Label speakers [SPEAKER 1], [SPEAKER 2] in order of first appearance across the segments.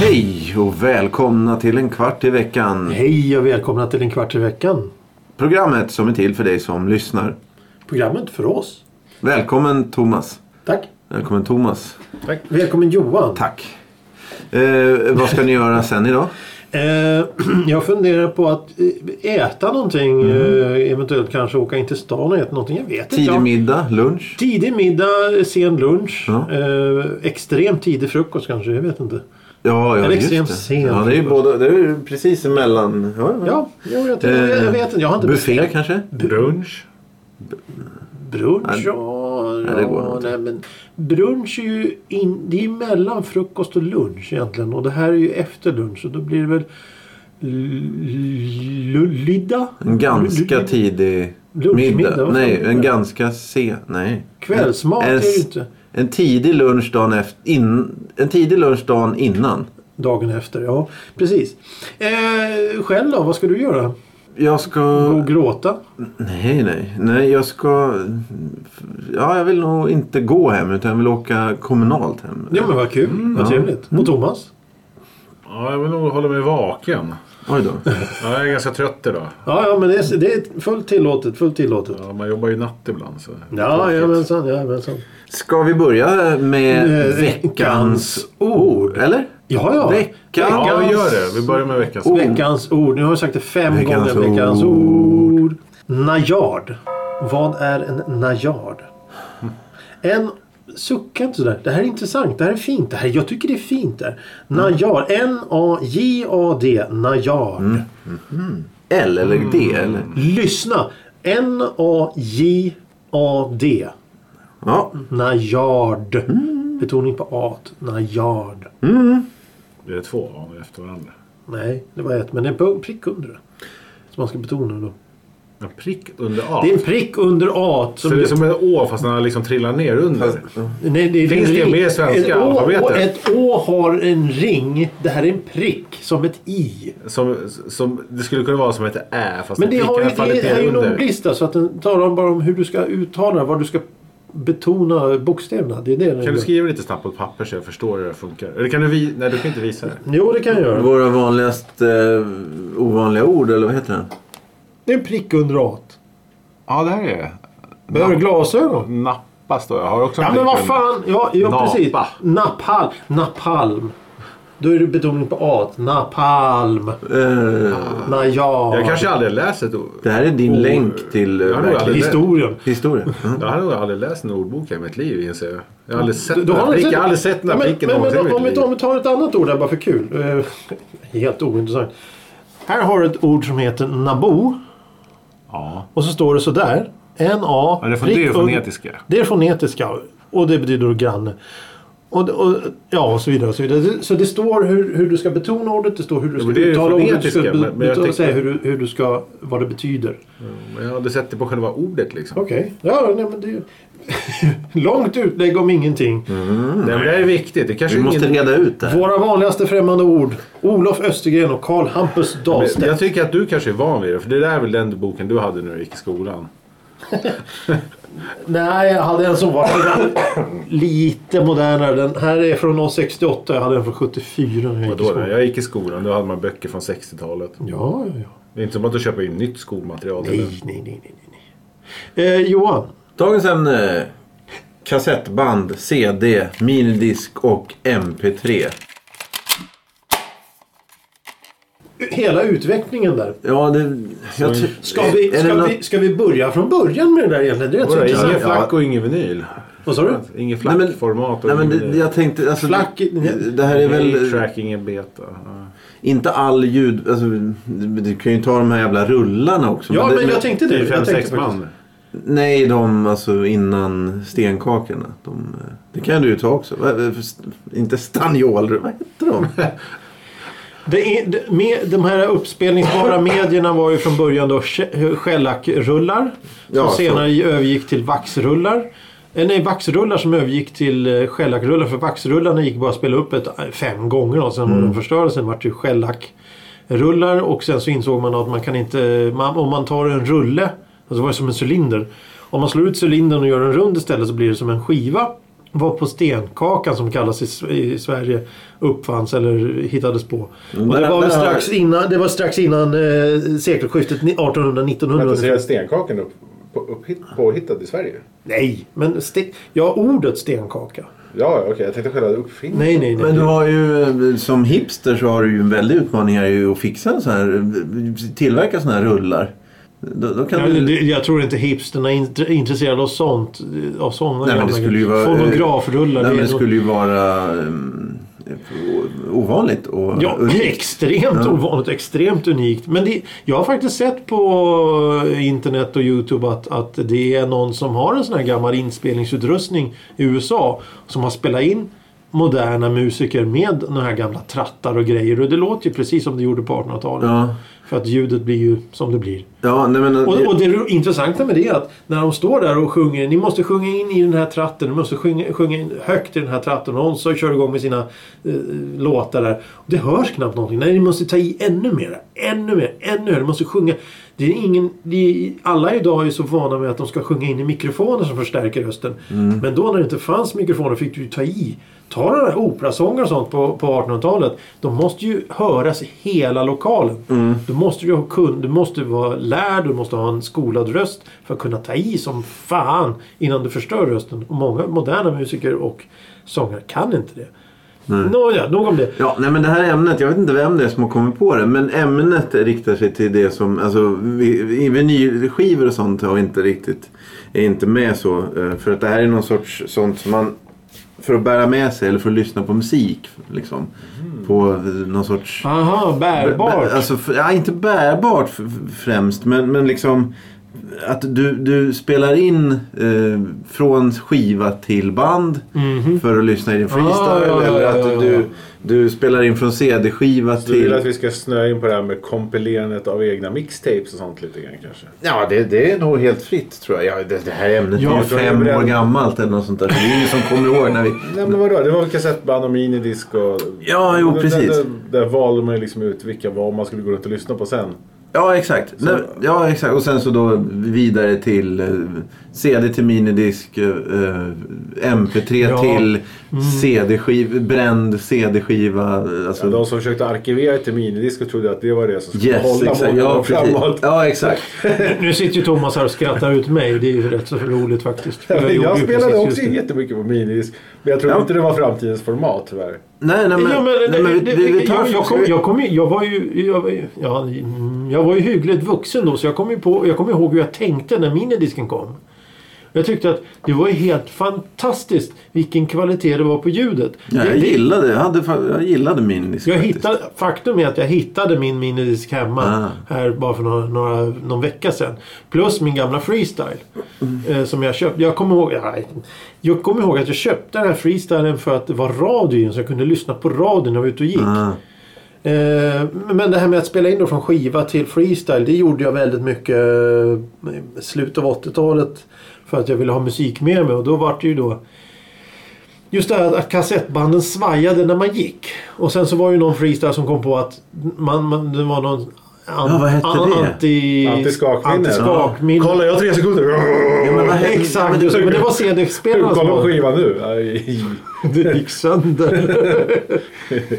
[SPEAKER 1] Hej och välkomna till en kvart i veckan.
[SPEAKER 2] Hej och välkomna till en kvart i veckan.
[SPEAKER 1] Programmet som är till för dig som lyssnar.
[SPEAKER 2] Programmet för oss.
[SPEAKER 1] Välkommen Thomas.
[SPEAKER 2] Tack.
[SPEAKER 1] Välkommen Thomas.
[SPEAKER 2] Tack. Välkommen Johan.
[SPEAKER 1] Tack. Eh, vad ska ni göra sen idag?
[SPEAKER 2] Eh, jag funderar på att eh, äta någonting. Eh, eventuellt kanske åka in till stan och äta någonting. Jag vet inte.
[SPEAKER 1] Mm. Tidig middag, lunch?
[SPEAKER 2] Tidig middag, sen lunch.
[SPEAKER 1] Ja.
[SPEAKER 2] Eh, extremt tidig frukost kanske. Jag vet inte.
[SPEAKER 1] Ja, ja
[SPEAKER 2] Eller
[SPEAKER 1] just
[SPEAKER 2] extremt
[SPEAKER 1] det.
[SPEAKER 2] sen.
[SPEAKER 1] Ja, det är ju båda, det är ju precis emellan.
[SPEAKER 2] Ja, jo, jag, tror-
[SPEAKER 1] Eh,
[SPEAKER 2] jag, jag vet inte. Jag har inte
[SPEAKER 1] Buffé kanske?
[SPEAKER 3] Brunch.
[SPEAKER 2] Brunch,
[SPEAKER 1] Nej.
[SPEAKER 2] ja.
[SPEAKER 1] Nej, det går
[SPEAKER 2] ja,
[SPEAKER 1] inte.
[SPEAKER 2] nej, men brunch är ju in, det är mellan frukost och lunch egentligen. Och det här är ju efter lunch. Och då blir det väl l- l- Lidda?
[SPEAKER 1] En ganska
[SPEAKER 2] L- l-
[SPEAKER 1] tidig
[SPEAKER 2] Lunchmiddag,
[SPEAKER 1] middag.
[SPEAKER 2] vad
[SPEAKER 1] Nej,
[SPEAKER 2] fan?
[SPEAKER 1] en ganska sen. Nej.
[SPEAKER 2] Kvällsmat
[SPEAKER 1] En-
[SPEAKER 2] är
[SPEAKER 1] en
[SPEAKER 2] det ju
[SPEAKER 1] s-
[SPEAKER 2] inte.
[SPEAKER 1] En tidig lunch dagen, efter, in, en tidig lunch dagen innan.
[SPEAKER 2] Dagen efter, ja. Precis. Eh, själv då? Vad ska du göra?
[SPEAKER 1] Jag ska...
[SPEAKER 2] Gå och gråta?
[SPEAKER 1] Nej, nej. Nej, jag ska... Ja, jag vill nog inte gå hem utan jag vill åka kommunalt hem.
[SPEAKER 2] Ja men vad kul. vad
[SPEAKER 1] Mm, ja.
[SPEAKER 2] trevligt. Och Thomas?
[SPEAKER 3] Ja, jag vill nog hålla mig vaken.
[SPEAKER 1] Oj då.
[SPEAKER 3] Ja, jag är ganska trött idag.
[SPEAKER 2] Ja, ja men det är, det är fullt tillåtet. Fullt tillåtet.
[SPEAKER 3] Ja, man jobbar ju natt ibland. Så.
[SPEAKER 2] Ja, jajamensan. Jajamensan.
[SPEAKER 1] Ska vi börja med
[SPEAKER 2] Eh,
[SPEAKER 1] veckans
[SPEAKER 2] veckans
[SPEAKER 1] ord? Eller?
[SPEAKER 2] Ja, ja.
[SPEAKER 1] Veckans-
[SPEAKER 3] Ja, vi gör det. Vi börjar med veckans
[SPEAKER 1] Oh.
[SPEAKER 2] Veckans ord. Nu har jag sagt det fem
[SPEAKER 1] Veckans
[SPEAKER 2] gånger. Veckans
[SPEAKER 1] ord.
[SPEAKER 2] ord. Najard. Vad är en najard? En... Sucka inte sådär. Det här är intressant. Det här är fint. Det här, jag tycker det är fint. Där. Najard. N-A-J-A-D. Najard.
[SPEAKER 1] Mm. L eller
[SPEAKER 3] Mm.
[SPEAKER 1] D? Eller?
[SPEAKER 2] Lyssna. N-A-J-A-D.
[SPEAKER 1] Ja.
[SPEAKER 2] Najard.
[SPEAKER 1] Mm.
[SPEAKER 2] Betoning på A. Najard.
[SPEAKER 3] Det är två av dem efter varandra.
[SPEAKER 2] Nej, det var ett. Men det är en punkt- prick under det. Som man ska betona då.
[SPEAKER 3] En prick under A.
[SPEAKER 2] Det är en prick under A.
[SPEAKER 3] Så det är som en Å fast den har liksom trillat ner under.
[SPEAKER 2] Nej, det,
[SPEAKER 3] Finns
[SPEAKER 2] en
[SPEAKER 3] det
[SPEAKER 2] ring.
[SPEAKER 3] med i svenska
[SPEAKER 2] ett å,
[SPEAKER 3] alfabetet?
[SPEAKER 2] och Ett Å har en ring. Det här är en prick som ett I.
[SPEAKER 3] Som, som, det skulle kunna vara som ett Ä fast
[SPEAKER 2] Men det,
[SPEAKER 3] pricken
[SPEAKER 2] har,
[SPEAKER 3] har fallit
[SPEAKER 2] ju- det är
[SPEAKER 3] ner
[SPEAKER 2] ju en
[SPEAKER 3] under.
[SPEAKER 2] ordlista så att den talar om bara om hur du ska uttala vad du ska betona bokstäverna. Det är det den
[SPEAKER 3] Kan
[SPEAKER 2] gör.
[SPEAKER 3] du skriva lite snabbt på ett papper så jag förstår hur det funkar? Eller kan du visa? Nej, du kan inte visa det.
[SPEAKER 2] Jo, det kan jag göra.
[SPEAKER 1] Våra vanligast eh, ovanliga ord, eller vad heter det?
[SPEAKER 2] Det är en prick under A.
[SPEAKER 3] Ja, det här är
[SPEAKER 2] Behöver du glasögon?
[SPEAKER 3] Nappa står jag. Har också en
[SPEAKER 2] Ja,
[SPEAKER 3] prick
[SPEAKER 2] men vad
[SPEAKER 3] under.
[SPEAKER 2] fan. Ja, ja
[SPEAKER 3] Napa.
[SPEAKER 2] precis. Napalm. Napalm. Då är det betoning på A. Napalm.
[SPEAKER 1] Eh,
[SPEAKER 2] Najad.
[SPEAKER 3] Ah. Jag kanske aldrig läst ett ord.
[SPEAKER 1] det här är din
[SPEAKER 3] Ord.
[SPEAKER 1] länk till eh,
[SPEAKER 3] Jag har nog
[SPEAKER 1] verkligen-
[SPEAKER 3] aldrig-
[SPEAKER 2] Historien.
[SPEAKER 1] historia. Ja.
[SPEAKER 3] Jag har nog aldrig läst en ordbok i mitt liv inser jag. Jag har aldrig sett
[SPEAKER 2] Du- du
[SPEAKER 3] den
[SPEAKER 2] har
[SPEAKER 3] här
[SPEAKER 2] aldrig
[SPEAKER 3] pricken.
[SPEAKER 2] sett-
[SPEAKER 3] Jag har aldrig sett den
[SPEAKER 2] Ja,
[SPEAKER 3] här
[SPEAKER 2] men-
[SPEAKER 3] pricken
[SPEAKER 2] men-
[SPEAKER 3] någonsin i
[SPEAKER 2] men om
[SPEAKER 3] mitt
[SPEAKER 2] vi,
[SPEAKER 3] liv.
[SPEAKER 2] tar, om vi tar ett annat ord här bara för kul. Eh, Helt ointressant. Här har du ett ord som heter nabo.
[SPEAKER 3] Ja.
[SPEAKER 2] Och så står det sådär. N-A.
[SPEAKER 3] Ja, det är fon-
[SPEAKER 2] prick
[SPEAKER 3] det är
[SPEAKER 2] under-
[SPEAKER 3] fonetiska.
[SPEAKER 2] Det är fonetiska. Och det betyder då granne. Och, och, ja, och så vidare. Och så, vidare. Så det står hur, hur du ska betona ordet. Det står hur du ska
[SPEAKER 3] men det är ju
[SPEAKER 2] uttala ordet. Du ska
[SPEAKER 3] fonetiska,
[SPEAKER 2] be-
[SPEAKER 3] men- men jag
[SPEAKER 2] betala-
[SPEAKER 3] tycker-
[SPEAKER 2] säga hur, du- hur du ska, vad det betyder.
[SPEAKER 3] Men jag har aldrig sett det på själva ordet liksom.
[SPEAKER 2] Okej. Ja, nej, men det är långt utlägg om ingenting. Mm.
[SPEAKER 3] Nej, men det här är viktigt. Det kanske
[SPEAKER 1] Vi måste
[SPEAKER 3] ingen...
[SPEAKER 1] reda ut det här.
[SPEAKER 2] Våra vanligaste främmande ord. Olof Östergren och Karl Hampus Dahlstedt.
[SPEAKER 3] Jag tycker att du kanske är van vid det. För det där är väl den boken du hade när du gick i skolan.
[SPEAKER 2] Nej, jag hade en som var lite modernare. Den här är från 68. Jag hade en från 74 när jag gick i
[SPEAKER 3] Vadå? När
[SPEAKER 2] skolan.
[SPEAKER 3] jag gick i skolan då hade man böcker från 60-talet.
[SPEAKER 2] Ja, ja, ja.
[SPEAKER 3] Det är inte som att du köper in nytt skolmaterial.
[SPEAKER 2] Nej,
[SPEAKER 3] eller?
[SPEAKER 2] nej, nej. nej, nej. nej. Eh, Johan.
[SPEAKER 1] Dagens ämne. Kassettband, CD, minidisk och MP3.
[SPEAKER 2] Hela utvecklingen där.
[SPEAKER 1] Ja, det... Jag ty-
[SPEAKER 2] Ska
[SPEAKER 1] Eh,
[SPEAKER 2] vi,
[SPEAKER 1] är det
[SPEAKER 2] ska,
[SPEAKER 1] något-
[SPEAKER 2] vi, ska vi börja från början med det där egentligen? Det är rätt så
[SPEAKER 3] Vadå?
[SPEAKER 2] intressant.
[SPEAKER 3] Ingen flack och ingen vinyl.
[SPEAKER 2] Vad sa du?
[SPEAKER 3] Ingen
[SPEAKER 1] Nej, men-
[SPEAKER 3] flackformat och
[SPEAKER 1] Nej, men
[SPEAKER 3] ingen
[SPEAKER 1] det,
[SPEAKER 3] vinyl.
[SPEAKER 1] jag tänkte... Alltså,
[SPEAKER 2] Flack-
[SPEAKER 1] det, det här är väl...
[SPEAKER 3] Track, ingen beta. Ja.
[SPEAKER 1] Inte all ljud... Alltså, du, du kan ju ta de här jävla rullarna också.
[SPEAKER 2] Ja,
[SPEAKER 1] det-
[SPEAKER 2] men jag tänkte det.
[SPEAKER 3] Det är
[SPEAKER 2] Jag
[SPEAKER 3] fem,
[SPEAKER 2] tänkte
[SPEAKER 3] sex
[SPEAKER 2] faktiskt-
[SPEAKER 3] man.
[SPEAKER 1] Nej, de alltså innan stenkakorna. De, eh, det kan du ju ta också. Va- va- för st- Inte stanjol... Vad heter de?
[SPEAKER 2] Det är, det, med, de här uppspelningsbara medierna var ju från början då ske- skellackrullar. Som
[SPEAKER 1] Ja, så.
[SPEAKER 2] senare övergick till vaxrullar. Eh, Nej, vaxrullar som övergick till eh, shellakrullar. För vaxrullarna gick bara att spela upp ett, eh, fem gånger och sen var
[SPEAKER 1] Mm.
[SPEAKER 2] de förstörda. Sen vart det shellackrullar och sen så insåg man att man kan inte... Man, om man tar en rulle, alltså det var som en cylinder. Om man slår ut cylindern och gör en rund istället så blir det som en skiva. Var på stenkakan som kallas i, S- i Sverige uppfanns eller hittades på. Och det,
[SPEAKER 1] där-
[SPEAKER 2] var väl
[SPEAKER 1] där har-
[SPEAKER 2] strax innan, det var strax innan eh, sekelskiftet ni- 1800-1900.
[SPEAKER 3] Vänta, så
[SPEAKER 2] ungefär.
[SPEAKER 3] är stenkakan upp, på, upphitt, påhittad i Sverige?
[SPEAKER 2] Nej, men ste- ja, ordet stenkaka.
[SPEAKER 3] Ja, okej. jag tänkte själva uppfinningen.
[SPEAKER 2] Nej, nej, nej.
[SPEAKER 1] Men du har ju, eh, som hipster så har du ju en väldig utmaning här ju att fixa en sån här, eh, tillverka såna här rullar. Då, då kan
[SPEAKER 2] Ja,
[SPEAKER 1] du...
[SPEAKER 2] det- jag tror inte hipsterna är int- intresserade av sånt. eh, Av
[SPEAKER 1] Nej,
[SPEAKER 2] såna
[SPEAKER 1] men det
[SPEAKER 2] gamla
[SPEAKER 1] skulle ju
[SPEAKER 2] grejer.
[SPEAKER 1] vara... eh, Nej, men
[SPEAKER 2] Fonografrullar. det är
[SPEAKER 1] det
[SPEAKER 2] nog-
[SPEAKER 1] skulle ju vara um, ovanligt och
[SPEAKER 2] Ja,
[SPEAKER 1] eh, unikt.
[SPEAKER 2] extremt ovanligt, extremt unikt. Men det, jag har faktiskt sett på eh, internet och Youtube att, att det är någon som har en sån här gammal inspelningsutrustning i USA som har spelat in moderna musiker med de här gamla trattar och grejer. Och det låter ju precis som det gjorde på 1800-talet.
[SPEAKER 1] Ja,
[SPEAKER 2] För att ljudet blir ju som det blir.
[SPEAKER 1] ja nej, men...
[SPEAKER 2] Och, och det ro- intressanta med det är att när de står där och sjunger, ni måste sjunga in i den här tratten, ni måste sjunga, sjunga in högt i den här tratten. Och någon så kör igång med sina eh, låtar där. Och det hörs knappt någonting. Nej, ni måste ta i ännu mer, ännu mer, ännu mer. Ni måste sjunga. Det är ingen, det är, alla idag är så vana med att de ska sjunga in i mikrofoner som förstärker rösten.
[SPEAKER 3] Mm.
[SPEAKER 2] Men då när det inte fanns mikrofoner fick du ju ta i. Ta den här operasånger och sånt på, på 1800-talet. De måste ju höras i hela lokalen.
[SPEAKER 3] Mm.
[SPEAKER 2] Du måste ju ha kun, du måste vara lärd, du måste ha en skolad röst för att kunna ta i som fan innan du förstör rösten. Och många moderna musiker och sångare kan inte det. Nåja, nog om det.
[SPEAKER 1] Ja, nej men det här ämnet, jag vet inte vem det är som har kommit på det. Men ämnet riktar sig till det som, alltså vi- vi- vinylskivor och sånt har inte riktigt, är inte med så. eh, För att det här är någon sorts sånt som man, för att bära med sig eller för att lyssna på musik. Liksom,
[SPEAKER 2] Mm.
[SPEAKER 1] På eh, någon sorts...
[SPEAKER 2] Aha, bärbart.
[SPEAKER 1] Bä- Alltså, f- ja, inte bärbart f- f- främst, men, men liksom att du, du spelar in eh, från skiva till band för att lyssna i din freestyle.
[SPEAKER 2] Mhm. ja, ja,
[SPEAKER 1] eller
[SPEAKER 2] ja,
[SPEAKER 1] att
[SPEAKER 2] ja, ja.
[SPEAKER 1] Du, du spelar in från CD-skiva
[SPEAKER 3] Så du vill att
[SPEAKER 1] till...
[SPEAKER 3] vi ska snöa in på det här med kompilerandet av egna mixtapes och sånt lite grann kanske?
[SPEAKER 1] Ja, det, det är nog helt fritt tror jag. Ja, det, det här ämnet
[SPEAKER 2] Ja,
[SPEAKER 1] är ju
[SPEAKER 3] för jag
[SPEAKER 1] fem
[SPEAKER 3] är beredd.
[SPEAKER 1] år gammalt eller något sånt där. Så det är ingen som kommer ihåg när vi...
[SPEAKER 3] Nej men vadå, det var väl kassettband och minidisk och...
[SPEAKER 1] Ja, jo,
[SPEAKER 3] Där-
[SPEAKER 1] precis.
[SPEAKER 3] Där, där valde man ju liksom ut vilka vad man skulle gå runt och lyssna på sen.
[SPEAKER 1] Ja, exakt. Nej, ja, exakt. Och sen så då vidare till eh, CD till minidisk, eh, eh, MP3
[SPEAKER 2] Ja. Mm.
[SPEAKER 1] till CD-skiv, bränd CD-skiva. eh, Alltså,
[SPEAKER 3] De som försökte arkivera till minidisk och trodde att det var det som skulle
[SPEAKER 1] yes,
[SPEAKER 3] hålla
[SPEAKER 1] exakt. Ja,
[SPEAKER 3] månaden
[SPEAKER 1] precis.
[SPEAKER 3] framåt.
[SPEAKER 1] Ja, exakt.
[SPEAKER 2] Nu sitter ju Thomas här och skrattar ut mig. Det är ju rätt så roligt faktiskt. För
[SPEAKER 3] Jag,
[SPEAKER 2] gjorde ju
[SPEAKER 3] spelade
[SPEAKER 2] precis
[SPEAKER 3] också
[SPEAKER 2] just det.
[SPEAKER 3] jättemycket på minidisk. Men jag tror
[SPEAKER 1] Ja.
[SPEAKER 3] inte det var framtidens format tyvärr.
[SPEAKER 1] Nej, nej, men,
[SPEAKER 2] Ja, men,
[SPEAKER 1] nej, men vi,
[SPEAKER 2] det-
[SPEAKER 1] vi, vi
[SPEAKER 2] det-
[SPEAKER 1] tar...
[SPEAKER 2] jag, jag, kom, jag, kom, ju- jag var ju... Jag, var ju- ja, mm, jag var ju hyggligt vuxen då så jag kommer på, jag kom ihåg hur jag tänkte när minidisken kom. Jag tyckte att det var ju helt fantastiskt vilken kvalitet det var på ljudet.
[SPEAKER 1] Ja,
[SPEAKER 2] det,
[SPEAKER 1] jag,
[SPEAKER 2] det,
[SPEAKER 1] gillade, jag, hade, fa- jag gillade minidisk
[SPEAKER 2] jag
[SPEAKER 1] faktiskt.
[SPEAKER 2] hittade, faktum är att jag hittade min minidisk hemma
[SPEAKER 1] Ah.
[SPEAKER 2] här bara för några, några, någon vecka sedan. Plus min gamla freestyle.
[SPEAKER 1] Mm.
[SPEAKER 2] Eh, som jag köpte. Jag kommer, ihåg, ja, jag kommer ihåg att jag köpte den här freestylen för att det var radion så jag kunde lyssna på radion när jag var ute och gick.
[SPEAKER 1] Ah.
[SPEAKER 2] Eh, Men det här med att spela in då från skiva till freestyle det gjorde jag väldigt mycket eh, i slutet av 80-talet. För att jag ville ha musik med mig och då var det ju då Just det här att kassettbanden svajade när man gick. Och sen så var ju någon freestyle som kom på att man, man, det var någon an,
[SPEAKER 1] Ja, vad hette det?
[SPEAKER 2] anti,
[SPEAKER 3] Antiskakminne.
[SPEAKER 2] antiskakminne.
[SPEAKER 3] Kolla, jag har tre sekunder!
[SPEAKER 1] Ja, men vad hände?
[SPEAKER 2] Exakt,
[SPEAKER 1] Men
[SPEAKER 2] men det var
[SPEAKER 3] Hur
[SPEAKER 2] CD-spelarna som
[SPEAKER 3] kom
[SPEAKER 2] var...
[SPEAKER 3] skivan nu? Aj.
[SPEAKER 2] Det gick sönder.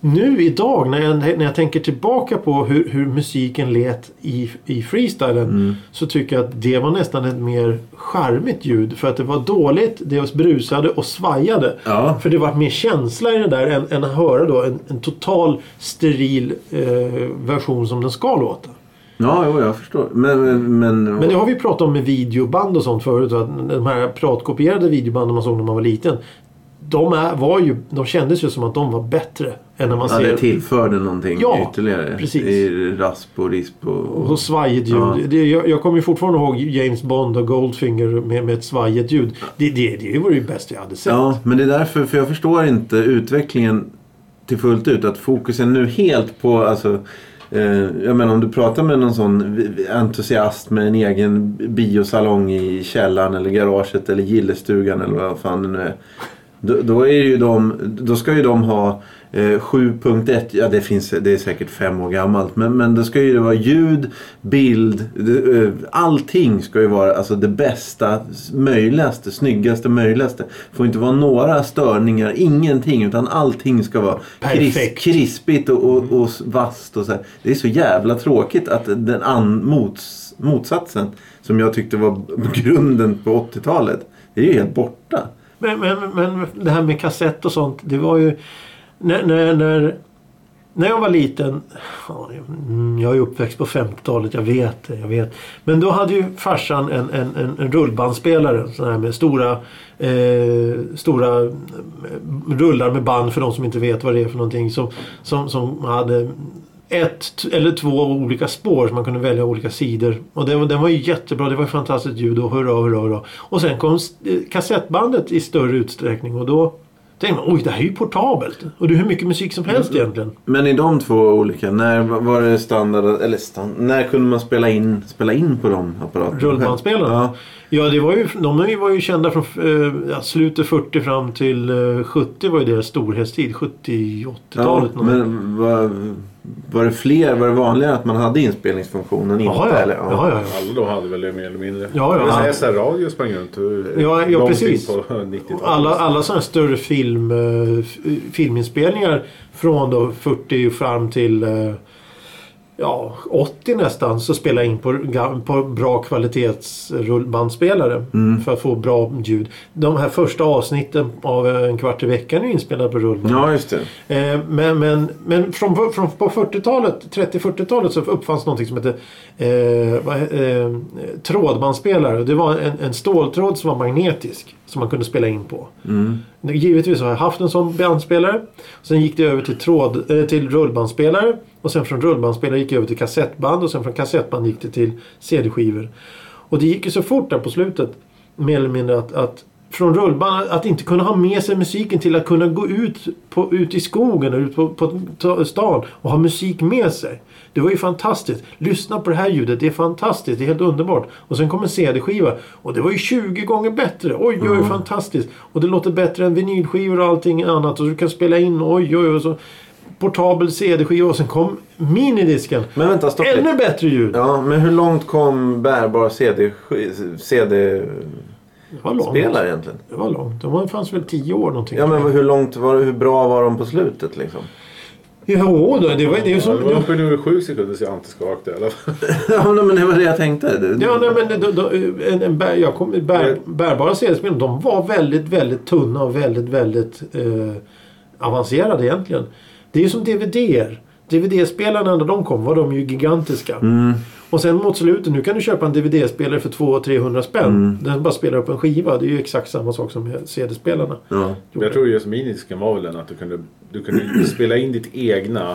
[SPEAKER 2] nu idag när jag, när jag tänker tillbaka på hur, hur musiken lät i, i freestylen så tycker jag att det var nästan ett mer charmigt ljud. För att det var dåligt, det brusade och svajade.
[SPEAKER 1] Ja.
[SPEAKER 2] För det var mer känsla i det där än, än att höra då en, en total steril eh, version som den ska låta.
[SPEAKER 1] Ja, jo, jag förstår. Men, men, men,
[SPEAKER 2] Men det har vi pratat om med videoband och sånt förut. Att de här pratkopierade videobanden man såg när man var liten. De, är, var ju, de kändes ju som att de var bättre än när man
[SPEAKER 1] ja,
[SPEAKER 2] ser...
[SPEAKER 1] det tillförde någonting
[SPEAKER 2] Ja,
[SPEAKER 1] ytterligare.
[SPEAKER 2] precis.
[SPEAKER 1] I rasp och risp och...
[SPEAKER 2] Och så svajigt ljud.
[SPEAKER 1] Ja.
[SPEAKER 2] Det, jag, jag kommer ju fortfarande ihåg James Bond och Goldfinger med, med ett svajigt ljud. Det, det, det var ju bäst jag hade sett.
[SPEAKER 1] Ja, men det är därför, för jag förstår inte utvecklingen till fullt ut. Att fokusen nu helt på alltså, Eh, jag menar om du pratar med någon sån vi- vi- entusiast med en egen biosalong i källaren eller garaget eller gillestugan eller vad fan det nu är. Då, då, är ju de, då ska ju de ha eh, 7.1, ja det, finns, det är säkert fem år gammalt. Men, men då ska ju det vara ljud, bild, det, eh, allting ska ju vara alltså, det bästa, s- möjligaste, snyggaste möjligaste. får inte vara några störningar, ingenting. Utan allting ska vara kris,
[SPEAKER 2] Perfekt.
[SPEAKER 1] krispigt och, och, och s- vasst. Och så här. Det är så jävla tråkigt att den an, mots, motsatsen som jag tyckte var grunden på 80-talet. Det är ju helt borta.
[SPEAKER 2] Men, men, men det här med kassett och sånt. Det var ju... När, när, när, när jag var liten. ja, mm, Jag är uppväxt på 50-talet, jag vet det. Jag vet. Men då hade ju farsan en, en, en, en rullbandspelare. Sån här med stora, eh, stora eh, rullar med band för de som inte vet vad det är för någonting. Som, som, som hade ett t- eller två olika spår som man kunde välja olika sidor. Och den, den var ju jättebra. Det var ju fantastiskt ljud och hurra, hurra, hurra. Och sen kom s- eh, kassettbandet i större utsträckning och då tänkte man oj, det här är ju portabelt. Och det är hur mycket musik som helst egentligen.
[SPEAKER 1] Men i de två olika, när var det standard, eller standard, när kunde man spela in, spela in på de apparaterna?
[SPEAKER 2] Rullbandspelarna?
[SPEAKER 1] Ja.
[SPEAKER 2] Ja, det var ju, de var ju kända från eh, ja, slutet 40 fram till eh, 70 var ju deras storhetstid. 70-80-talet.
[SPEAKER 1] Ja, men var, var det fler, var det vanligare att man hade inspelningsfunktionen? Inte,
[SPEAKER 2] Jaha, ja.
[SPEAKER 1] Eller,
[SPEAKER 2] Jaha, ja, ja.
[SPEAKER 3] Alla de hade väl det mer eller mindre.
[SPEAKER 2] Ja, ja.
[SPEAKER 3] Men SR-radio sprang runt hur-
[SPEAKER 2] Ja, ja,
[SPEAKER 3] långt
[SPEAKER 2] precis.
[SPEAKER 3] in på 90-talet.
[SPEAKER 2] Alla, alla sådana större film, eh, f- filminspelningar från då 40 fram till eh, ja, 80 nästan så spelade jag in på, ga- på bra kvalitetsrullbandspelare för att få bra ljud. De här första avsnitten av En kvart i veckan är inspelade på rullband.
[SPEAKER 1] Ja, just det.
[SPEAKER 2] Eh, Men, men, men från, från på 40-talet, 30-40-talet så uppfanns någonting som hette eh, vad he- eh, trådbandspelare. Det var en, en ståltråd som var magnetisk som man kunde spela in på. Givetvis har jag haft en sån bandspelare. Sen gick det över till, tråd, eh, till rullbandspelare och sen från rullbandspelare gick jag över till kassettband och sen från kassettband gick det till CD-skivor. Och det gick ju så fort där på slutet mer eller mindre att, att från rullband, att inte kunna ha med sig musiken till att kunna gå ut, på, ut i skogen eller ut på, på ta- stan och ha musik med sig. Det var ju fantastiskt. Lyssna på det här ljudet, det är fantastiskt, det är helt underbart. Och sen kom en CD-skiva och det var ju 20 gånger bättre. Oj, oj,
[SPEAKER 1] Mm.
[SPEAKER 2] oj, fantastiskt. Och det låter bättre än vinylskivor och allting annat. Och du kan spela in, oj, oj, oj. och Så. Portabel CD-skiva och sen kom minidisken.
[SPEAKER 1] Men vänta, stopp lite.
[SPEAKER 2] Ännu bättre ljud.
[SPEAKER 1] Ja, men hur långt kom bärbar CD-spelare
[SPEAKER 2] Det var långt.
[SPEAKER 1] egentligen?
[SPEAKER 2] Det var långt. De fanns väl 10 år någonting.
[SPEAKER 1] Ja, men hur långt var det, hur bra var de på slutet liksom?
[SPEAKER 2] Jo, då, det var det är ju
[SPEAKER 3] Ja,
[SPEAKER 2] som...
[SPEAKER 3] det var uppe nu i sju sekunder så jag inte skakade i alla fall.
[SPEAKER 1] ja, men det var det jag tänkte. Det-
[SPEAKER 2] Ja, nej, men då, då, en, en bär, jag kom, bär, bärbara CD-spelare, de var väldigt, väldigt tunna och väldigt, väldigt eh, avancerade egentligen. Det är ju som DVDer. DVD-spelarna när de kom var de ju gigantiska.
[SPEAKER 3] Mm.
[SPEAKER 2] Och sen mot slutet, nu kan du köpa en DVD-spelare för 200-300 spänn.
[SPEAKER 3] Mm.
[SPEAKER 2] Den bara spelar upp en skiva. Det är ju exakt samma sak som med CD-spelarna.
[SPEAKER 1] Ja.
[SPEAKER 3] Jag tror just minidisken var väl den att du kunde, du kunde spela in ditt egna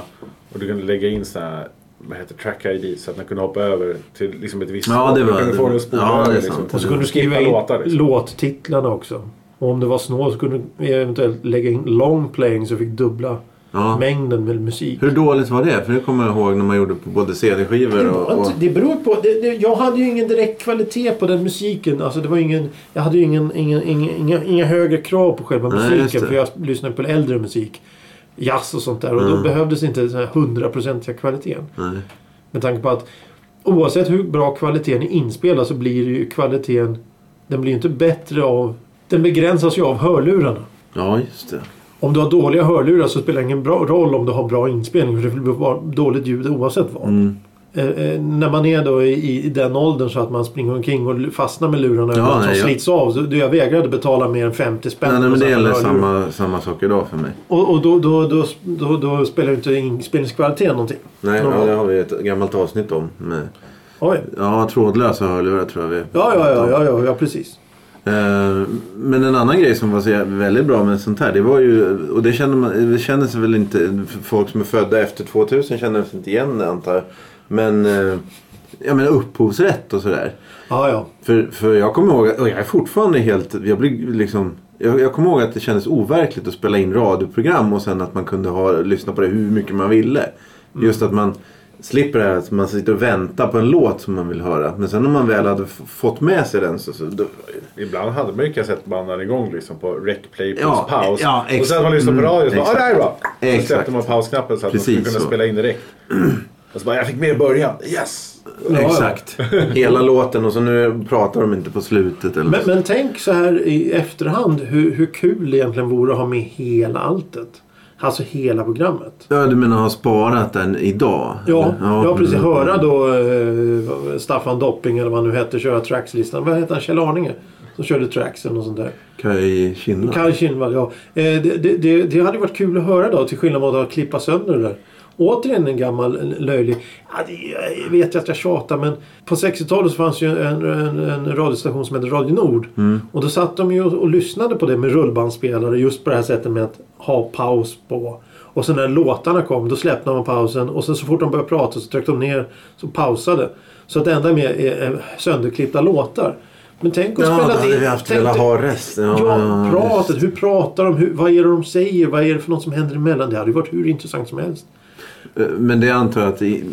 [SPEAKER 3] och du kunde lägga in sådana här vad heter track ID så att den kunde hoppa över till liksom ett visst
[SPEAKER 1] Ja, det var-
[SPEAKER 3] Du kunde
[SPEAKER 1] det
[SPEAKER 3] få
[SPEAKER 1] var-
[SPEAKER 3] den att spola
[SPEAKER 1] ja, det är
[SPEAKER 3] över.
[SPEAKER 1] sant.
[SPEAKER 2] Och så kunde du skriva
[SPEAKER 3] Mm. Skippa
[SPEAKER 2] in
[SPEAKER 3] låtar, liksom.
[SPEAKER 2] låttitlarna också. Och om det var snål så kunde du eventuellt lägga in long playing så du fick dubbla
[SPEAKER 1] Ja.
[SPEAKER 2] mängden med musik.
[SPEAKER 1] Hur dåligt var det? För det kommer jag ihåg när man gjorde på både CD-skivor och... och...
[SPEAKER 2] Att Det beror på. Det, det, jag hade ju ingen direkt kvalitet på den musiken. Alltså det var ingen, jag hade ju ingen, ingen, ingen, inga, inga högre krav på själva
[SPEAKER 1] Nej, just
[SPEAKER 2] musiken.
[SPEAKER 1] det.
[SPEAKER 2] för jag lyssnade på äldre musik. Jazz och sånt där. Och då behövdes inte den här hundraprocentiga kvaliteten.
[SPEAKER 1] Mm. Nej.
[SPEAKER 2] Med tanke på att oavsett hur bra kvaliteten är inspelad så blir ju kvaliteten... Den blir ju inte bättre av... Den begränsas ju av hörlurarna.
[SPEAKER 1] Ja, just det.
[SPEAKER 2] Om du har dåliga hörlurar så spelar det ingen bra roll om du har bra inspelning för det blir bara dåligt ljud oavsett vad.
[SPEAKER 1] Mm.
[SPEAKER 2] Eh, eh, när man är då i, i den åldern så att man springer omkring och fastnar med lurarna
[SPEAKER 1] Ja,
[SPEAKER 2] och
[SPEAKER 1] nej, jag-
[SPEAKER 2] slits av. Så du, jag vägrade betala mer än 50 spänn.
[SPEAKER 1] Nej, nej,
[SPEAKER 2] för
[SPEAKER 1] men det
[SPEAKER 2] sådana
[SPEAKER 1] gäller
[SPEAKER 2] hörlurar.
[SPEAKER 1] samma, samma sak idag för mig.
[SPEAKER 2] Och, och då, då, då, då, då spelar ju inte inspelningskvaliteten någonting.
[SPEAKER 1] Nej,
[SPEAKER 2] Ja.
[SPEAKER 1] ja, det har vi ett gammalt avsnitt om. Med,
[SPEAKER 2] Oj.
[SPEAKER 1] ja, trådlösa hörlurar tror jag vi
[SPEAKER 2] Ja, ja, ja, ja, ja, ja precis.
[SPEAKER 1] Eh, Men en annan grej som var så jä- väldigt bra med sånt här, det var ju, och det känner man, det kändes väl inte, folk som är födda efter 2000 känner sig inte igen det antar jag. Men, eh, jag menar upphovsrätt och sådär.
[SPEAKER 2] Ja, ja.
[SPEAKER 1] För, för jag kommer ihåg, att- och jag är fortfarande helt, jag blir liksom jag, jag kommer ihåg att det kändes overkligt att
[SPEAKER 2] Mm.
[SPEAKER 1] spela in radioprogram och sen att man kunde ha, lyssna på det hur mycket man ville. Just att man slipper det här att man sitter och väntar på en låt som man vill höra. Men sen om man väl hade f- fått med sig den så... så då,
[SPEAKER 3] Ibland hade man ju kassettbandaren igång liksom på rec play plus
[SPEAKER 1] Ja,
[SPEAKER 3] paus.
[SPEAKER 1] ja,
[SPEAKER 3] och
[SPEAKER 1] exakt.
[SPEAKER 3] sen man lyssnade på
[SPEAKER 1] Mm,
[SPEAKER 3] radio och så bara
[SPEAKER 1] exakt.
[SPEAKER 3] ah, det här är bra. Så
[SPEAKER 1] Exakt.
[SPEAKER 3] släppte man pausknappen så att
[SPEAKER 1] Precis
[SPEAKER 3] man skulle kunna
[SPEAKER 1] så.
[SPEAKER 3] spela in direkt. Och så bara jag fick med i början. Yes!
[SPEAKER 2] Ja, ja.
[SPEAKER 1] Exakt. Hela låten och så nu pratar de inte på slutet. Eller
[SPEAKER 2] Men, men tänk så här i efterhand hur, hur kul det egentligen vore att ha med hela alltet. Alltså hela programmet.
[SPEAKER 1] Ja, du menar ha sparat den idag?
[SPEAKER 2] Ja,
[SPEAKER 1] eller?
[SPEAKER 2] ja, precis.
[SPEAKER 1] Mm.
[SPEAKER 2] Höra då eh, Staffan Dopping eller vad han nu hette köra trackslistan. Vad hette han? Kjell Arninge? Som körde tracksen och sånt där.
[SPEAKER 1] Kaj Kinna.
[SPEAKER 2] Kaj Kinnvall, ja. Eh, det, det, det, det hade varit kul att höra då till skillnad mot att klippa sönder det där. Återigen en gammal löjlig... Ja, det, jag vet ju att jag tjatar men på 60-talet så fanns ju en, en, en radiostation som hette Radio Nord.
[SPEAKER 1] Mm.
[SPEAKER 2] Och då satt de ju och, och lyssnade på det med rullbandspelare just på det här sättet med att ha paus på. Och sen när låtarna kom då släppte man pausen och sen så fort de började prata så tryckte de ner så pausade. Så att det enda med är är sönderklippta låtar. Men tänk
[SPEAKER 1] Ja,
[SPEAKER 2] att spela
[SPEAKER 1] då hade
[SPEAKER 2] det-
[SPEAKER 1] vi haft
[SPEAKER 2] tänk
[SPEAKER 1] velat
[SPEAKER 2] dig-
[SPEAKER 1] ha resten.
[SPEAKER 2] Ja,
[SPEAKER 1] visst.
[SPEAKER 2] pratet. Hur pratar de? Hur, vad är det de säger? Vad är det för något som händer emellan? Det hade ju varit hur intressant som helst.
[SPEAKER 1] Eh, Men det antar jag att i,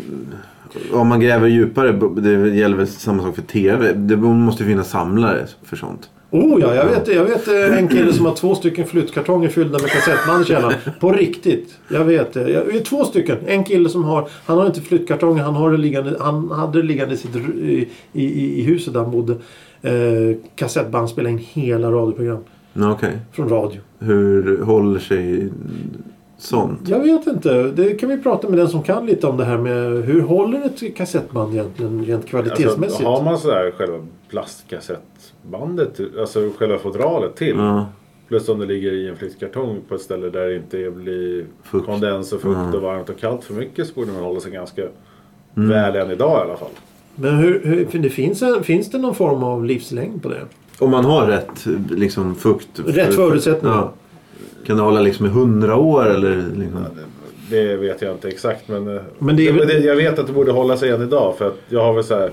[SPEAKER 1] om man gräver djupare, det gäller väl samma sak för TV. Det måste ju finnas samlare för sånt.
[SPEAKER 2] Oh ja, jag vet, jag vet eh, en kille som har två stycken flyttkartonger fyllda med kassettband i källaren. På riktigt. Jag vet det. Jag, eh, två stycken. En kille som har... Han har inte flyttkartonger. Han, har det liggande, han hade det liggande i, sitt, ru- i, i, i huset där han bodde. Eh, kassettband spelade in hela radioprogram.
[SPEAKER 1] Ja, Okej.
[SPEAKER 2] Från radio.
[SPEAKER 1] Hur håller sig sånt?
[SPEAKER 2] Jag vet inte. Det kan vi prata med den som kan lite om det här med hur håller ett kassettband egentligen rent kvalitetsmässigt?
[SPEAKER 3] Alltså, har man sådär själva plastkassettbandet, alltså själva fodralet till.
[SPEAKER 1] Ja.
[SPEAKER 3] Plus om det ligger i en flyttkartong på ett ställe där det inte blir
[SPEAKER 1] Fukt.
[SPEAKER 3] kondens och fukt och varmt och kallt för mycket så borde man hålla sig ganska
[SPEAKER 1] Mm.
[SPEAKER 3] väl än idag i alla fall.
[SPEAKER 2] Men hur, hur, för det finns, en, finns det någon form av livslängd på det?
[SPEAKER 1] Om man har rätt liksom, fukt.
[SPEAKER 2] Rätt förutsättningar.
[SPEAKER 1] Ja. Kan det hålla liksom i hundra år eller liksom?
[SPEAKER 3] Det vet jag inte exakt men, eh,
[SPEAKER 2] Men det är väl-
[SPEAKER 3] men jag vet att det borde hålla sig än idag för att jag har väl så här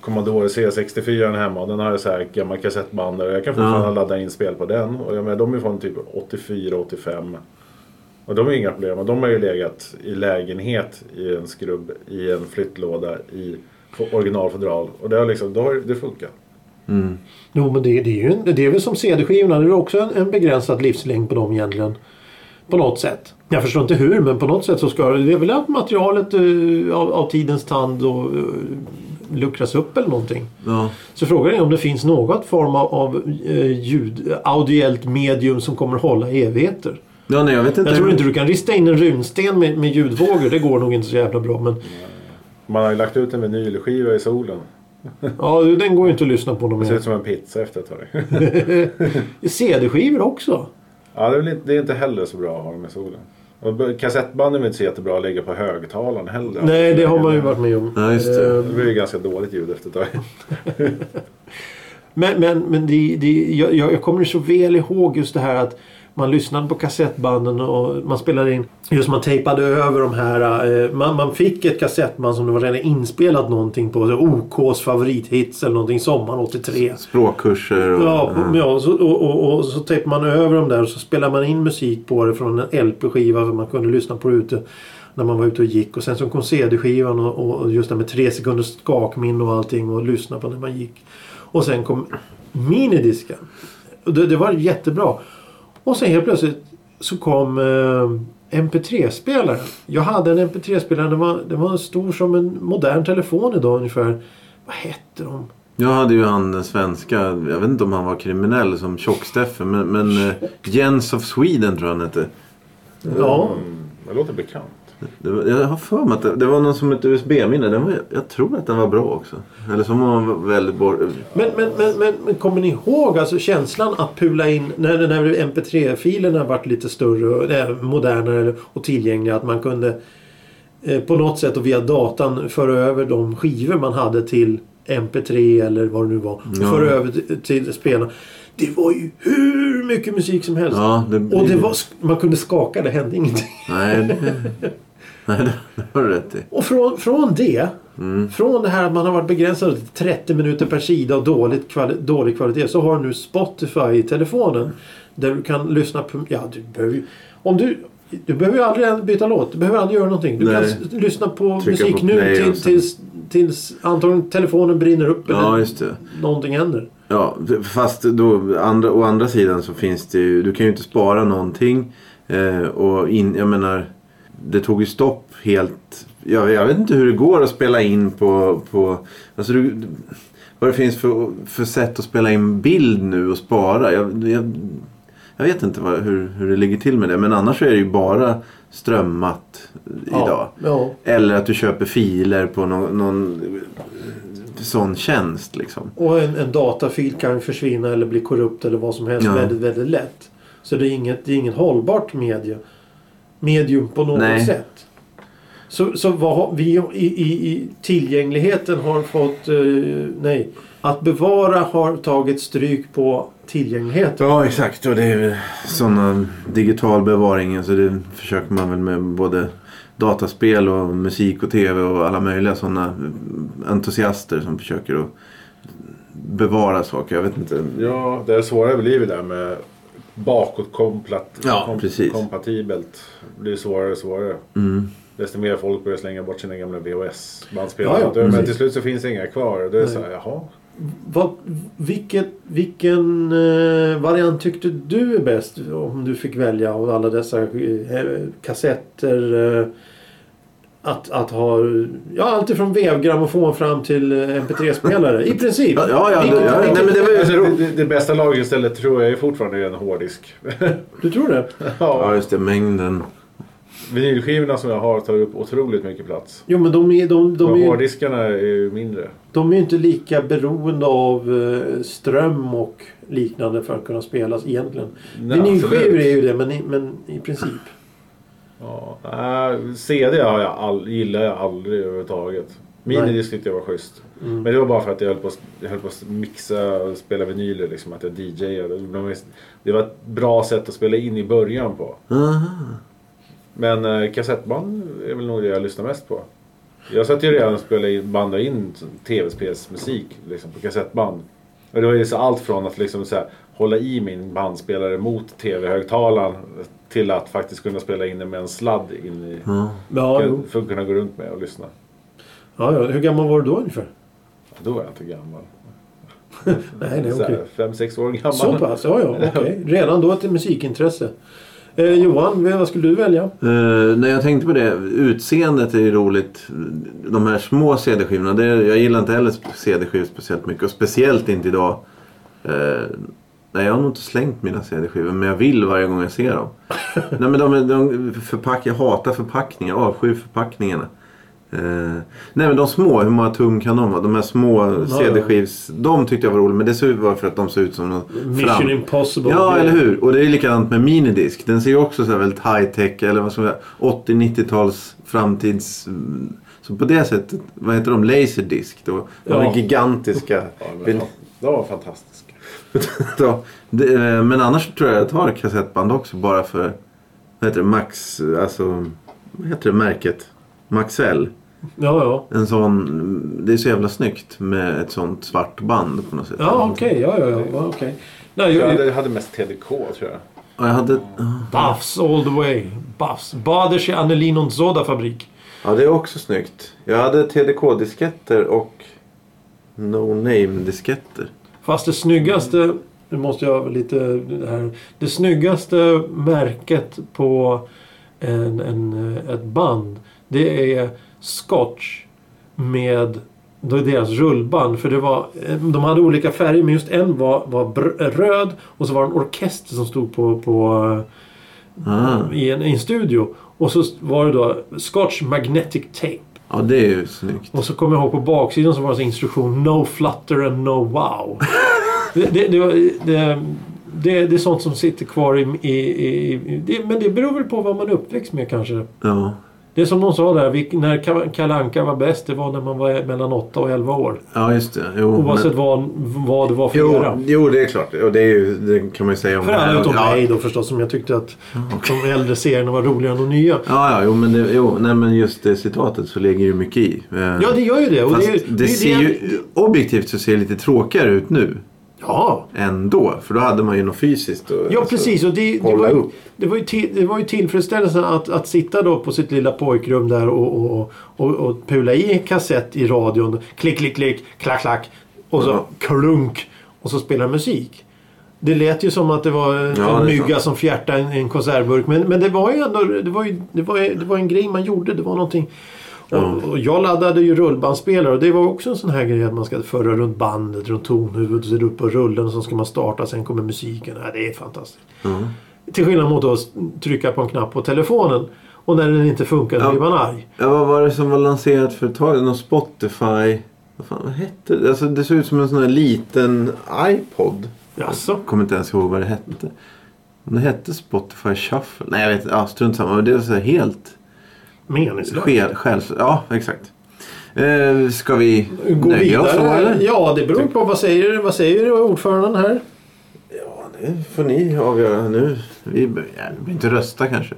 [SPEAKER 3] Commodore C64 hemma och den har jag så här gammal kassettbandare. Jag kan fortfarande
[SPEAKER 1] Ja.
[SPEAKER 3] ladda in spel på den. Och jag menar, de är från typ 84-85. Och de är inga problem. Och de har ju legat i lägenhet i en skrubb i en flyttlåda i f- originalfodral. Och det har liksom, då har det funkat.
[SPEAKER 2] Jo, men det, det, är, ju en, det är väl som CD-skivorna. Det är också en, en begränsad livslängd på dem egentligen. På något sätt. Jag förstår inte hur, men på något sätt så ska det... Det är väl att materialet eh, av, av tidens tand och, eh, luckras upp eller någonting.
[SPEAKER 1] Ja.
[SPEAKER 2] Så frågan är om det finns något form av, av eh, ljud, audiellt medium som kommer hålla i evigheter.
[SPEAKER 1] ja, nej jag vet inte.
[SPEAKER 2] Jag tror inte du kan rista in en runsten med, med ljudvågor. Det går nog inte så jävla bra. Men
[SPEAKER 3] Man har ju lagt ut en vinylskiva i solen.
[SPEAKER 2] ja, den går ju inte att lyssna på någon
[SPEAKER 3] Det ser ut
[SPEAKER 2] mer.
[SPEAKER 3] som en pizza efter ett tag.
[SPEAKER 2] CD-skivor också.
[SPEAKER 3] Ja, det är, väl inte, det är inte heller så bra att ha dem i solen. Och b- kassettbanden är väl inte så jättebra att lägga på högtalaren heller.
[SPEAKER 2] Nej, det har man ju varit med om.
[SPEAKER 1] Ja, just det.
[SPEAKER 2] Eh,
[SPEAKER 3] Det blir ju ganska dåligt ljud efter ett tag.
[SPEAKER 2] Men, men, men det, det, jag, jag jag kommer så väl ihåg just det här att man lyssnade på kassettbanden och man spelade in. Just man tejpade över de här. eh, Man, man fick ett kassettband som det var redan inspelat någonting på. Så OKs favorithits eller någonting. Sommaren 83.
[SPEAKER 1] Språkkurser och...
[SPEAKER 2] Ja, på- ja och, så, och, och, och så tejpar man över dem där och så spelar man in musik på det från en LP-skiva för man kunde lyssna på det ute när man var ute och gick. Och sen så kom CD-skivan och, och just det med tre sekunders skakminne och allting och lyssna på när man gick. Och sen kom minidisken. Och Det, det var jättebra. Och sen helt plötsligt så kom eh, MP3-spelaren. Jag hade en MP3-spelare. Den var, den var stor som en modern telefon idag ungefär. Vad hette de?
[SPEAKER 1] Jag hade ju han den svenska, jag vet inte om han var kriminell som Tjock-Steffe men, men eh, Jens of Sweden tror jag han hette.
[SPEAKER 2] Ja.
[SPEAKER 3] Mm, det låter bekant.
[SPEAKER 1] Det var, jag har för mig att det, det var någon som ett USB-minne. Den var, jag tror att den var bra också. Eller som var väldigt bor...
[SPEAKER 2] Men, men, men, men, men kommer ni ihåg alltså känslan att pula in när, när mp3-filerna varit lite större och eh, modernare och tillgängliga att man kunde eh, på något sätt och via datan föra över de skivor man hade till mp3 eller vad det nu var och
[SPEAKER 1] Ja.
[SPEAKER 2] föra över till, till spelarna. Det var ju hur mycket musik som helst.
[SPEAKER 1] Ja, det-
[SPEAKER 2] och det var, sk- man kunde skaka, det hände ingenting.
[SPEAKER 1] Nej, det, nej, det, det har du rätt i.
[SPEAKER 2] Och från, från det, från det här att man har varit begränsad till 30 minuter per sida och dåligt kvali- dålig kvalitet så har du nu Spotify i telefonen. Där du kan lyssna på... Ja, du behöver ju... Om du Du behöver ju aldrig byta låt. Du behöver aldrig göra någonting. Du
[SPEAKER 1] Nej.
[SPEAKER 2] kan s- lyssna på
[SPEAKER 1] Trycka
[SPEAKER 2] musik
[SPEAKER 1] på
[SPEAKER 2] nu
[SPEAKER 1] play och
[SPEAKER 2] till,
[SPEAKER 1] sen-
[SPEAKER 2] tills, tills antagligen telefonen brinner upp
[SPEAKER 1] Ja,
[SPEAKER 2] eller
[SPEAKER 1] just det.
[SPEAKER 2] någonting händer.
[SPEAKER 1] Ja, fast då, andra, å andra sidan så finns det ju, du kan ju inte spara någonting. Eh, och in, jag menar, det tog ju stopp helt. Jag, jag vet inte hur det går att spela in på, på alltså du, vad det finns för, för sätt att spela in bild nu och spara. Jag, jag, jag vet inte vad, hur, hur det ligger till med det. Men annars så är det ju bara strömmat idag.
[SPEAKER 2] Ja, ja.
[SPEAKER 1] Eller att du köper filer på någon, någon sån tjänst liksom.
[SPEAKER 2] Och en, en datafil kan ju försvinna eller bli korrupt eller vad som helst
[SPEAKER 1] Ja.
[SPEAKER 2] väldigt, väldigt lätt. Så det är inget, det är inget hållbart medie, medium på något
[SPEAKER 1] Nej.
[SPEAKER 2] sätt. Så, så vad har, vi i, i, i tillgängligheten har fått... eh, nej. Att bevara har tagit stryk på tillgängligheten.
[SPEAKER 1] Ja, exakt. Och det är väl sådana digital bevaring. Alltså det försöker man väl med både dataspel och musik och tv och alla möjliga sådana entusiaster som försöker att bevara saker. Jag vet inte.
[SPEAKER 3] Ja, det svåra blir ju det där med bakåtkompatibelt.
[SPEAKER 1] Ja, precis.
[SPEAKER 3] kompatibelt. Det blir svårare och svårare.
[SPEAKER 1] Mm.
[SPEAKER 3] Desto mer folk börjar slänga bort sina gamla
[SPEAKER 2] Ja,
[SPEAKER 3] VHS-bandspelare.
[SPEAKER 2] ja, Mm.
[SPEAKER 3] men
[SPEAKER 1] precis.
[SPEAKER 3] till slut så finns det inga kvar. Och då är det
[SPEAKER 2] Nej.
[SPEAKER 3] så här, jaha.
[SPEAKER 2] Vad, vilket, vilken eh, variant tyckte du är bäst om du fick välja av alla dessa eh, kassetter? Eh, att, att ha ja, allt ifrån vevgrammofon fram till eh, mp3-spelare i princip.
[SPEAKER 1] Ja, ja, ja,
[SPEAKER 2] Vilket-
[SPEAKER 1] ja,
[SPEAKER 2] vilket-
[SPEAKER 1] nej, men det var ju-
[SPEAKER 3] Alltså, det, det, det bästa lagringstället tror jag är fortfarande är en hårddisk.
[SPEAKER 2] Du tror det?
[SPEAKER 1] Ja,
[SPEAKER 3] ja,
[SPEAKER 1] just det. Mängden.
[SPEAKER 3] vinylskivorna som jag har tar upp otroligt mycket plats.
[SPEAKER 2] Jo men de är, de, de,
[SPEAKER 3] och
[SPEAKER 2] är, ju-
[SPEAKER 3] hårddiskarna är ju mindre.
[SPEAKER 2] de är ju inte lika beroende av eh, ström och liknande för att kunna spelas egentligen.
[SPEAKER 3] Nej,
[SPEAKER 2] Vinylskivor
[SPEAKER 3] absolut.
[SPEAKER 2] är ju det men i, men i princip.
[SPEAKER 3] Ja, nej, CD har jag all, gillar jag aldrig överhuvudtaget. Minidisk tyckte jag var schysst.
[SPEAKER 2] Mm.
[SPEAKER 3] Men det var bara för att jag höll på, att- jag höll på att mixa och spela vinyler. Liksom, att jag DJade. De- Det var ett bra sätt att spela in i början på.
[SPEAKER 1] Aha.
[SPEAKER 3] Men eh, kassettband är väl nog det jag lyssnar mest på. Jag satt ju redan och spelade in, bandade in tv-spelsmusik liksom, på kassettband. Och det var ju så allt från att liksom så här, hålla i min bandspelare mot tv-högtalaren till att faktiskt kunna spela in den med en sladd in i...
[SPEAKER 1] Ja.
[SPEAKER 2] Mm. Ja, jo.
[SPEAKER 3] För att kunna gå runt med och lyssna.
[SPEAKER 2] ja, ja. Hur gammal var du då ungefär?
[SPEAKER 3] Då var jag inte gammal.
[SPEAKER 2] Nej, nej,
[SPEAKER 3] Så här,
[SPEAKER 2] okej.
[SPEAKER 3] Fem, sex år gammal.
[SPEAKER 2] Så pass, ja, ja, okej. Redan då ett musikintresse. Eh, Johan, vad skulle du välja?
[SPEAKER 1] Eh, när jag tänkte på det, utseendet är ju roligt. De här små CD-skivorna, det, jag gillar inte heller sp- CD-skivor speciellt mycket. Och speciellt inte idag. Eh, nej, jag har nog inte slängt mina CD-skivor, men jag vill varje gång jag ser dem. nej, men de, är- de förpack, jag hatar förpackningar, avskyr förpackningarna. Eh, nej men de små, hur många tum kan de vara? De här små
[SPEAKER 2] ja.
[SPEAKER 1] CD-skivs... De tyckte jag var roliga men det såg ut bara för att de såg ut som någon
[SPEAKER 2] Mission
[SPEAKER 1] fram-
[SPEAKER 2] Impossible.
[SPEAKER 1] Ja, eller hur. Och det är likadant med minidisk. Den ser ju också så här väldigt high-tech eller vad som är 80-90-tals framtids... mm, Så på det sättet, vad heter de? Laserdisk då? De
[SPEAKER 2] Ja.
[SPEAKER 1] är gigantiska.
[SPEAKER 3] Ja, men,
[SPEAKER 1] Vill-
[SPEAKER 3] fan, de var fantastiska.
[SPEAKER 1] Ja, det, eh, men annars tror jag jag tar kassettband också bara för... Vad heter det? Max... Alltså... Vad heter det märket? Maxell.
[SPEAKER 2] Ja, ja.
[SPEAKER 1] En sån... Det är så jävla snyggt med ett sånt svart band på något sätt.
[SPEAKER 2] Ja, okej. Ja, ja, ja. ja okej. Nej,
[SPEAKER 3] Jag
[SPEAKER 2] jag,
[SPEAKER 3] hade, hade mest TDK tror jag.
[SPEAKER 1] Och jag hade...
[SPEAKER 2] Buffs all the way. Buffs. Badersche Annelinon Zoda fabrik.
[SPEAKER 1] Ja, det är också snyggt. Jag hade TDK-disketter och No Name-disketter.
[SPEAKER 2] Fast det snyggaste... Nu måste jag lite det här. Det snyggaste märket på en, en, eh, ett band det är Scotch med då är deras rullband. För det var, eh, de hade olika färger men just en var, var br- röd och så var det en orkester som stod på, på eh,
[SPEAKER 1] Ah.
[SPEAKER 2] i en, i en studio. Och så var det då Scotch Magnetic Tape.
[SPEAKER 1] Ja, det är ju snyggt.
[SPEAKER 2] Och så kommer jag ihåg på baksidan så var det så instruktion No flutter and no wow. det, det, det, var- det, det, det är sånt som sitter kvar i... i, i i- det, men det beror väl på vad man är uppväxt med kanske.
[SPEAKER 1] Ja,
[SPEAKER 2] Det är som någon sa där, vi, när Ka- Kalle Anka var bäst, det var när man var mellan 8 och 11 år.
[SPEAKER 1] ja just det. Jo,
[SPEAKER 2] Oavsett vad, vad det var för era.
[SPEAKER 1] jo, jo, det är klart. Och det, är ju, det kan man ju säga om
[SPEAKER 2] För
[SPEAKER 1] det här.
[SPEAKER 2] alla utom
[SPEAKER 1] ja.
[SPEAKER 2] mig då förstås som jag tyckte att de äldre serierna var roligare än de nya.
[SPEAKER 1] Ja, ja, jo, men, det, jo, nej, men just det citatet så lägger ju mycket i. Eh,
[SPEAKER 2] Ja, det gör ju det. Och
[SPEAKER 1] fast
[SPEAKER 2] det, är ju-
[SPEAKER 1] det,
[SPEAKER 2] är
[SPEAKER 1] ser ju, objektivt så ser det lite tråkigare ut nu.
[SPEAKER 2] Ja, Ja.
[SPEAKER 1] ändå. För då hade man ju något fysiskt. Och,
[SPEAKER 2] Ja
[SPEAKER 1] alltså,
[SPEAKER 2] precis och det, det,
[SPEAKER 1] kolla
[SPEAKER 2] var, ju-
[SPEAKER 1] upp.
[SPEAKER 2] det, var ju till, det var ju tillfredsställelsen att, att sitta då på sitt lilla pojkrum där och, och, och, och, och pula i en kassett i radion. Klick, klick, klick, klack, klack. Och så
[SPEAKER 1] Ja.
[SPEAKER 2] klunk. Och så spela musik. Det lät ju som att det var en
[SPEAKER 1] Ja, det är
[SPEAKER 2] mygga
[SPEAKER 1] sant.
[SPEAKER 2] som fjärtade en, en konservburk. Men, men det var ju ändå det var ju, det var, ju- det var en grej man gjorde. Det var någonting. Och, och jag laddade ju rullbandspelare och det var också en sån här grej att man ska föra runt bandet, runt tonhuvudet, så är det upp på rullen och så ska man starta sen kommer musiken. Ja, det är fantastiskt. Till skillnad mot att trycka på en knapp på telefonen och när den inte funkar så
[SPEAKER 1] Ja.
[SPEAKER 2] blir man arg.
[SPEAKER 1] Ja, vad var det som var lanserat för ett tag? Någon Spotify? Vad fan vad hette det? Alltså, det såg ut som en sån här liten iPod.
[SPEAKER 2] Jaså?
[SPEAKER 1] Jag kommer inte ens ihåg vad det hette. Om det hette Spotify Shuffle? Nej, jag vet inte. Ja, strunt samma. Men det var så här helt
[SPEAKER 2] Meningslöst.
[SPEAKER 1] själ... själs- Ja, exakt. Eh, ska vi
[SPEAKER 2] Gå
[SPEAKER 1] nöja oss då,
[SPEAKER 2] vidare.
[SPEAKER 1] eller?
[SPEAKER 2] Ja, det beror på. Vad säger, vad säger ordföranden här?
[SPEAKER 1] Ja, det får ni avgöra nu. Vi behöver inte rösta kanske.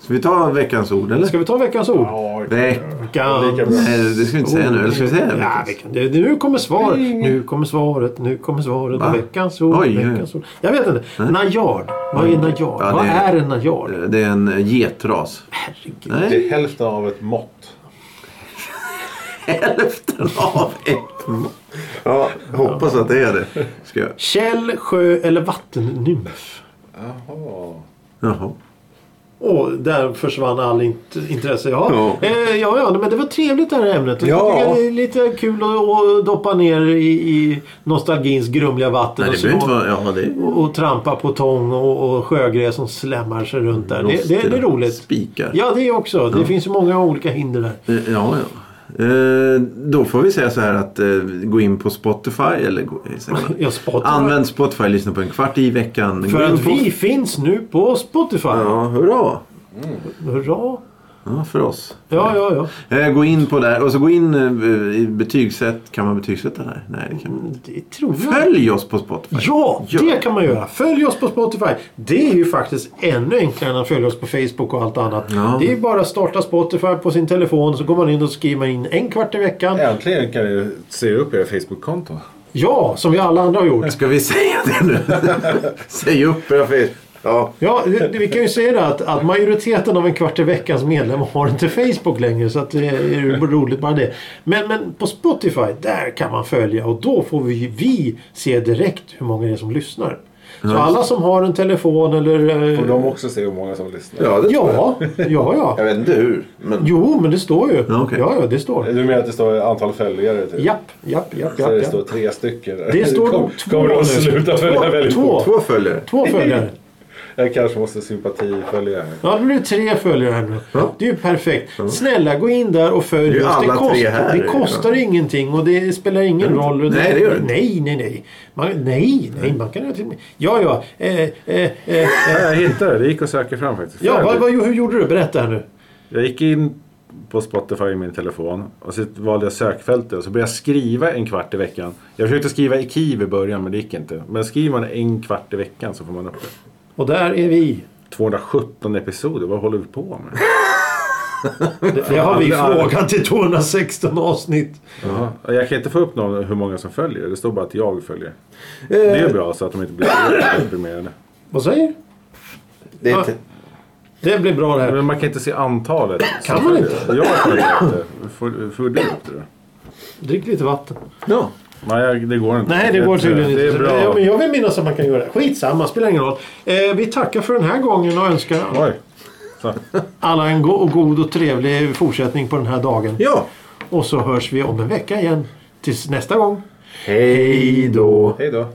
[SPEAKER 1] Ska vi ta veckans ord, eller?
[SPEAKER 2] Ska vi ta veckans ord?
[SPEAKER 3] Ja,
[SPEAKER 1] Veckans...
[SPEAKER 3] lika bra.
[SPEAKER 1] Nej, det ska vi inte säga nu. Eller ska vi säga det?
[SPEAKER 2] Ja, vi kan, det, nu kommer svaret. Nu kommer svaret. Nu kommer svaret.
[SPEAKER 1] Va?
[SPEAKER 2] Veckans ord.
[SPEAKER 1] Oj, oj.
[SPEAKER 2] veckans ord. Jag vet inte. Najard. Vad är najard?
[SPEAKER 1] Ja,
[SPEAKER 2] Vad
[SPEAKER 1] det-
[SPEAKER 2] är en najard?
[SPEAKER 1] Eh, Det är en getras.
[SPEAKER 2] Herregud.
[SPEAKER 1] Nej.
[SPEAKER 3] Det är hälften av ett mått.
[SPEAKER 1] Hälften av ett mål. Ja, hoppas att det är det. Ska jag.
[SPEAKER 2] Käll, sjö eller vattennymf.
[SPEAKER 3] Jaha.
[SPEAKER 1] Jaha.
[SPEAKER 2] Och där försvann all int- intresse. Ja.
[SPEAKER 1] Ja.
[SPEAKER 2] Eh, ja, ja, men det var trevligt det här ämnet.
[SPEAKER 1] Ja.
[SPEAKER 2] Jag tycker det är lite kul att, att doppa ner i, i nostalgins grumliga vatten.
[SPEAKER 1] Nej,
[SPEAKER 2] och
[SPEAKER 1] det behöver inte
[SPEAKER 2] små-
[SPEAKER 1] vara... Ja, det är...
[SPEAKER 2] och, och trampa på tång och, och sjögräs som slämmar sig runt där. Det, det, det är roligt.
[SPEAKER 1] Spikar.
[SPEAKER 2] Ja, det är också. Det finns ju många olika hinder där.
[SPEAKER 1] Eh, Ja, ja. Eh, Då får vi säga så här att eh, gå in på Spotify eller gå, eh, säger man.
[SPEAKER 2] Ja, Spotify.
[SPEAKER 1] Använd Spotify, lyssna på en kvart i veckan. Gå
[SPEAKER 2] För
[SPEAKER 1] in
[SPEAKER 2] att
[SPEAKER 1] på-
[SPEAKER 2] vi finns nu på Spotify.
[SPEAKER 1] Ja, hurra!
[SPEAKER 2] Hurra!
[SPEAKER 1] Ja, för oss.
[SPEAKER 2] Ja, ja, ja.
[SPEAKER 1] Eh, Gå in på där och så gå in eh, i betygsätt. Kan man betygsätta där? Nej, det kan man
[SPEAKER 2] Det tror jag.
[SPEAKER 1] Följ oss på Spotify.
[SPEAKER 2] Ja,
[SPEAKER 1] Ja.
[SPEAKER 2] det kan man göra. Följ oss på Spotify. Det är ju faktiskt ännu enklare än att följa oss på Facebook och allt annat.
[SPEAKER 1] Ja.
[SPEAKER 2] Det är bara att starta Spotify på sin telefon så går man in och skriver in en kvart i veckan. Ja,
[SPEAKER 3] Äntligen kan ni se upp era Facebook-konton.
[SPEAKER 2] som vi alla andra har gjort.
[SPEAKER 1] Ska vi säga det nu? Säg upp era Facebook. Ja.
[SPEAKER 2] Ja, vi vi kan ju säga det att, att majoriteten av en kvart i veckans medlemmar har inte Facebook längre så att det är ju roligt bara det. Men, men på Spotify, där kan man följa och då får vi, vi se direkt hur många det är som lyssnar. Så alla som har en telefon eller... eh,
[SPEAKER 3] Får de också se hur många som lyssnar?
[SPEAKER 1] Ja, det tror
[SPEAKER 2] Ja, ja, ja.
[SPEAKER 1] Jag vet inte hur. Men...
[SPEAKER 2] Jo, men det står ju.
[SPEAKER 1] Ja, okej.
[SPEAKER 2] Ja, ja, det står.
[SPEAKER 3] Du menar att det står antal följare? Typ?
[SPEAKER 2] Japp, japp, japp,
[SPEAKER 3] Så
[SPEAKER 2] japp.
[SPEAKER 3] det
[SPEAKER 2] japp.
[SPEAKER 3] står tre stycken. där.
[SPEAKER 2] Det står
[SPEAKER 3] Kom-
[SPEAKER 2] nog två
[SPEAKER 3] Kommer de
[SPEAKER 2] nu.
[SPEAKER 3] att sluta följa
[SPEAKER 2] Två-
[SPEAKER 3] väldigt
[SPEAKER 2] två.
[SPEAKER 3] fort?
[SPEAKER 1] Två följare.
[SPEAKER 2] Två följare.
[SPEAKER 3] Jag kanske måste sympatifölja. här.
[SPEAKER 2] Ja, då blir det tre följare här nu.
[SPEAKER 1] Ja.
[SPEAKER 2] Det är ju perfekt. Snälla gå in där och
[SPEAKER 1] Det är
[SPEAKER 2] följ
[SPEAKER 1] ju
[SPEAKER 2] oss. Det,
[SPEAKER 1] alla tre
[SPEAKER 2] kostar-
[SPEAKER 1] här.
[SPEAKER 2] det kostar ingenting och det spelar ingen roll.
[SPEAKER 1] Nej, det gör det inte.
[SPEAKER 2] Nej, nej, nej. Man, nej, nej. Man kan ju- Ja, ja. Eh, eh, eh.
[SPEAKER 3] Ja, Jag hittade det. Det gick att söka fram faktiskt.
[SPEAKER 2] Ja, vad, vad, hur gjorde du? Berätta här nu.
[SPEAKER 3] Jag gick in på Spotify i min telefon och så valde jag sökfältet och så började jag skriva en kvart i veckan. Jag försökte skriva i Kiv i början men det gick inte. Men skriver man en kvart i veckan så får man upp det.
[SPEAKER 2] Och där är vi.
[SPEAKER 3] 217 episoder, vad håller vi på med?
[SPEAKER 2] Det, det har vi
[SPEAKER 3] Ja, det är-
[SPEAKER 2] frågat i 216 avsnitt.
[SPEAKER 3] Jaha. Jag kan inte få upp någon, hur många som följer. Det står bara att jag följer. Det
[SPEAKER 2] Eh.
[SPEAKER 3] är bra så att de inte blir deprimerade.
[SPEAKER 2] Vad säger du?
[SPEAKER 1] Det är
[SPEAKER 2] Ja.
[SPEAKER 1] inte...
[SPEAKER 2] Det blir bra det här.
[SPEAKER 1] Mm.
[SPEAKER 3] Men man kan inte se antalet.
[SPEAKER 2] Kan
[SPEAKER 3] som
[SPEAKER 2] man
[SPEAKER 3] följer. Jag får inte upp det. Får, får du upp det då?
[SPEAKER 2] Drick lite vatten.
[SPEAKER 1] Ja.
[SPEAKER 3] Nej, jag- det går inte.
[SPEAKER 2] Nej, det går tydligen inte.
[SPEAKER 3] Det är
[SPEAKER 2] Ja,
[SPEAKER 3] bra.
[SPEAKER 2] men jag vill minnas att man kan göra det. Skitsamma, spelar ingen roll. Eh, vi tackar för den här gången och önskar
[SPEAKER 3] Oj. Så.
[SPEAKER 2] alla en go- och god och trevlig fortsättning på den här dagen.
[SPEAKER 1] ja.
[SPEAKER 2] Och så hörs vi om en vecka igen. Tills nästa gång.
[SPEAKER 1] Hej då.
[SPEAKER 3] Hej då.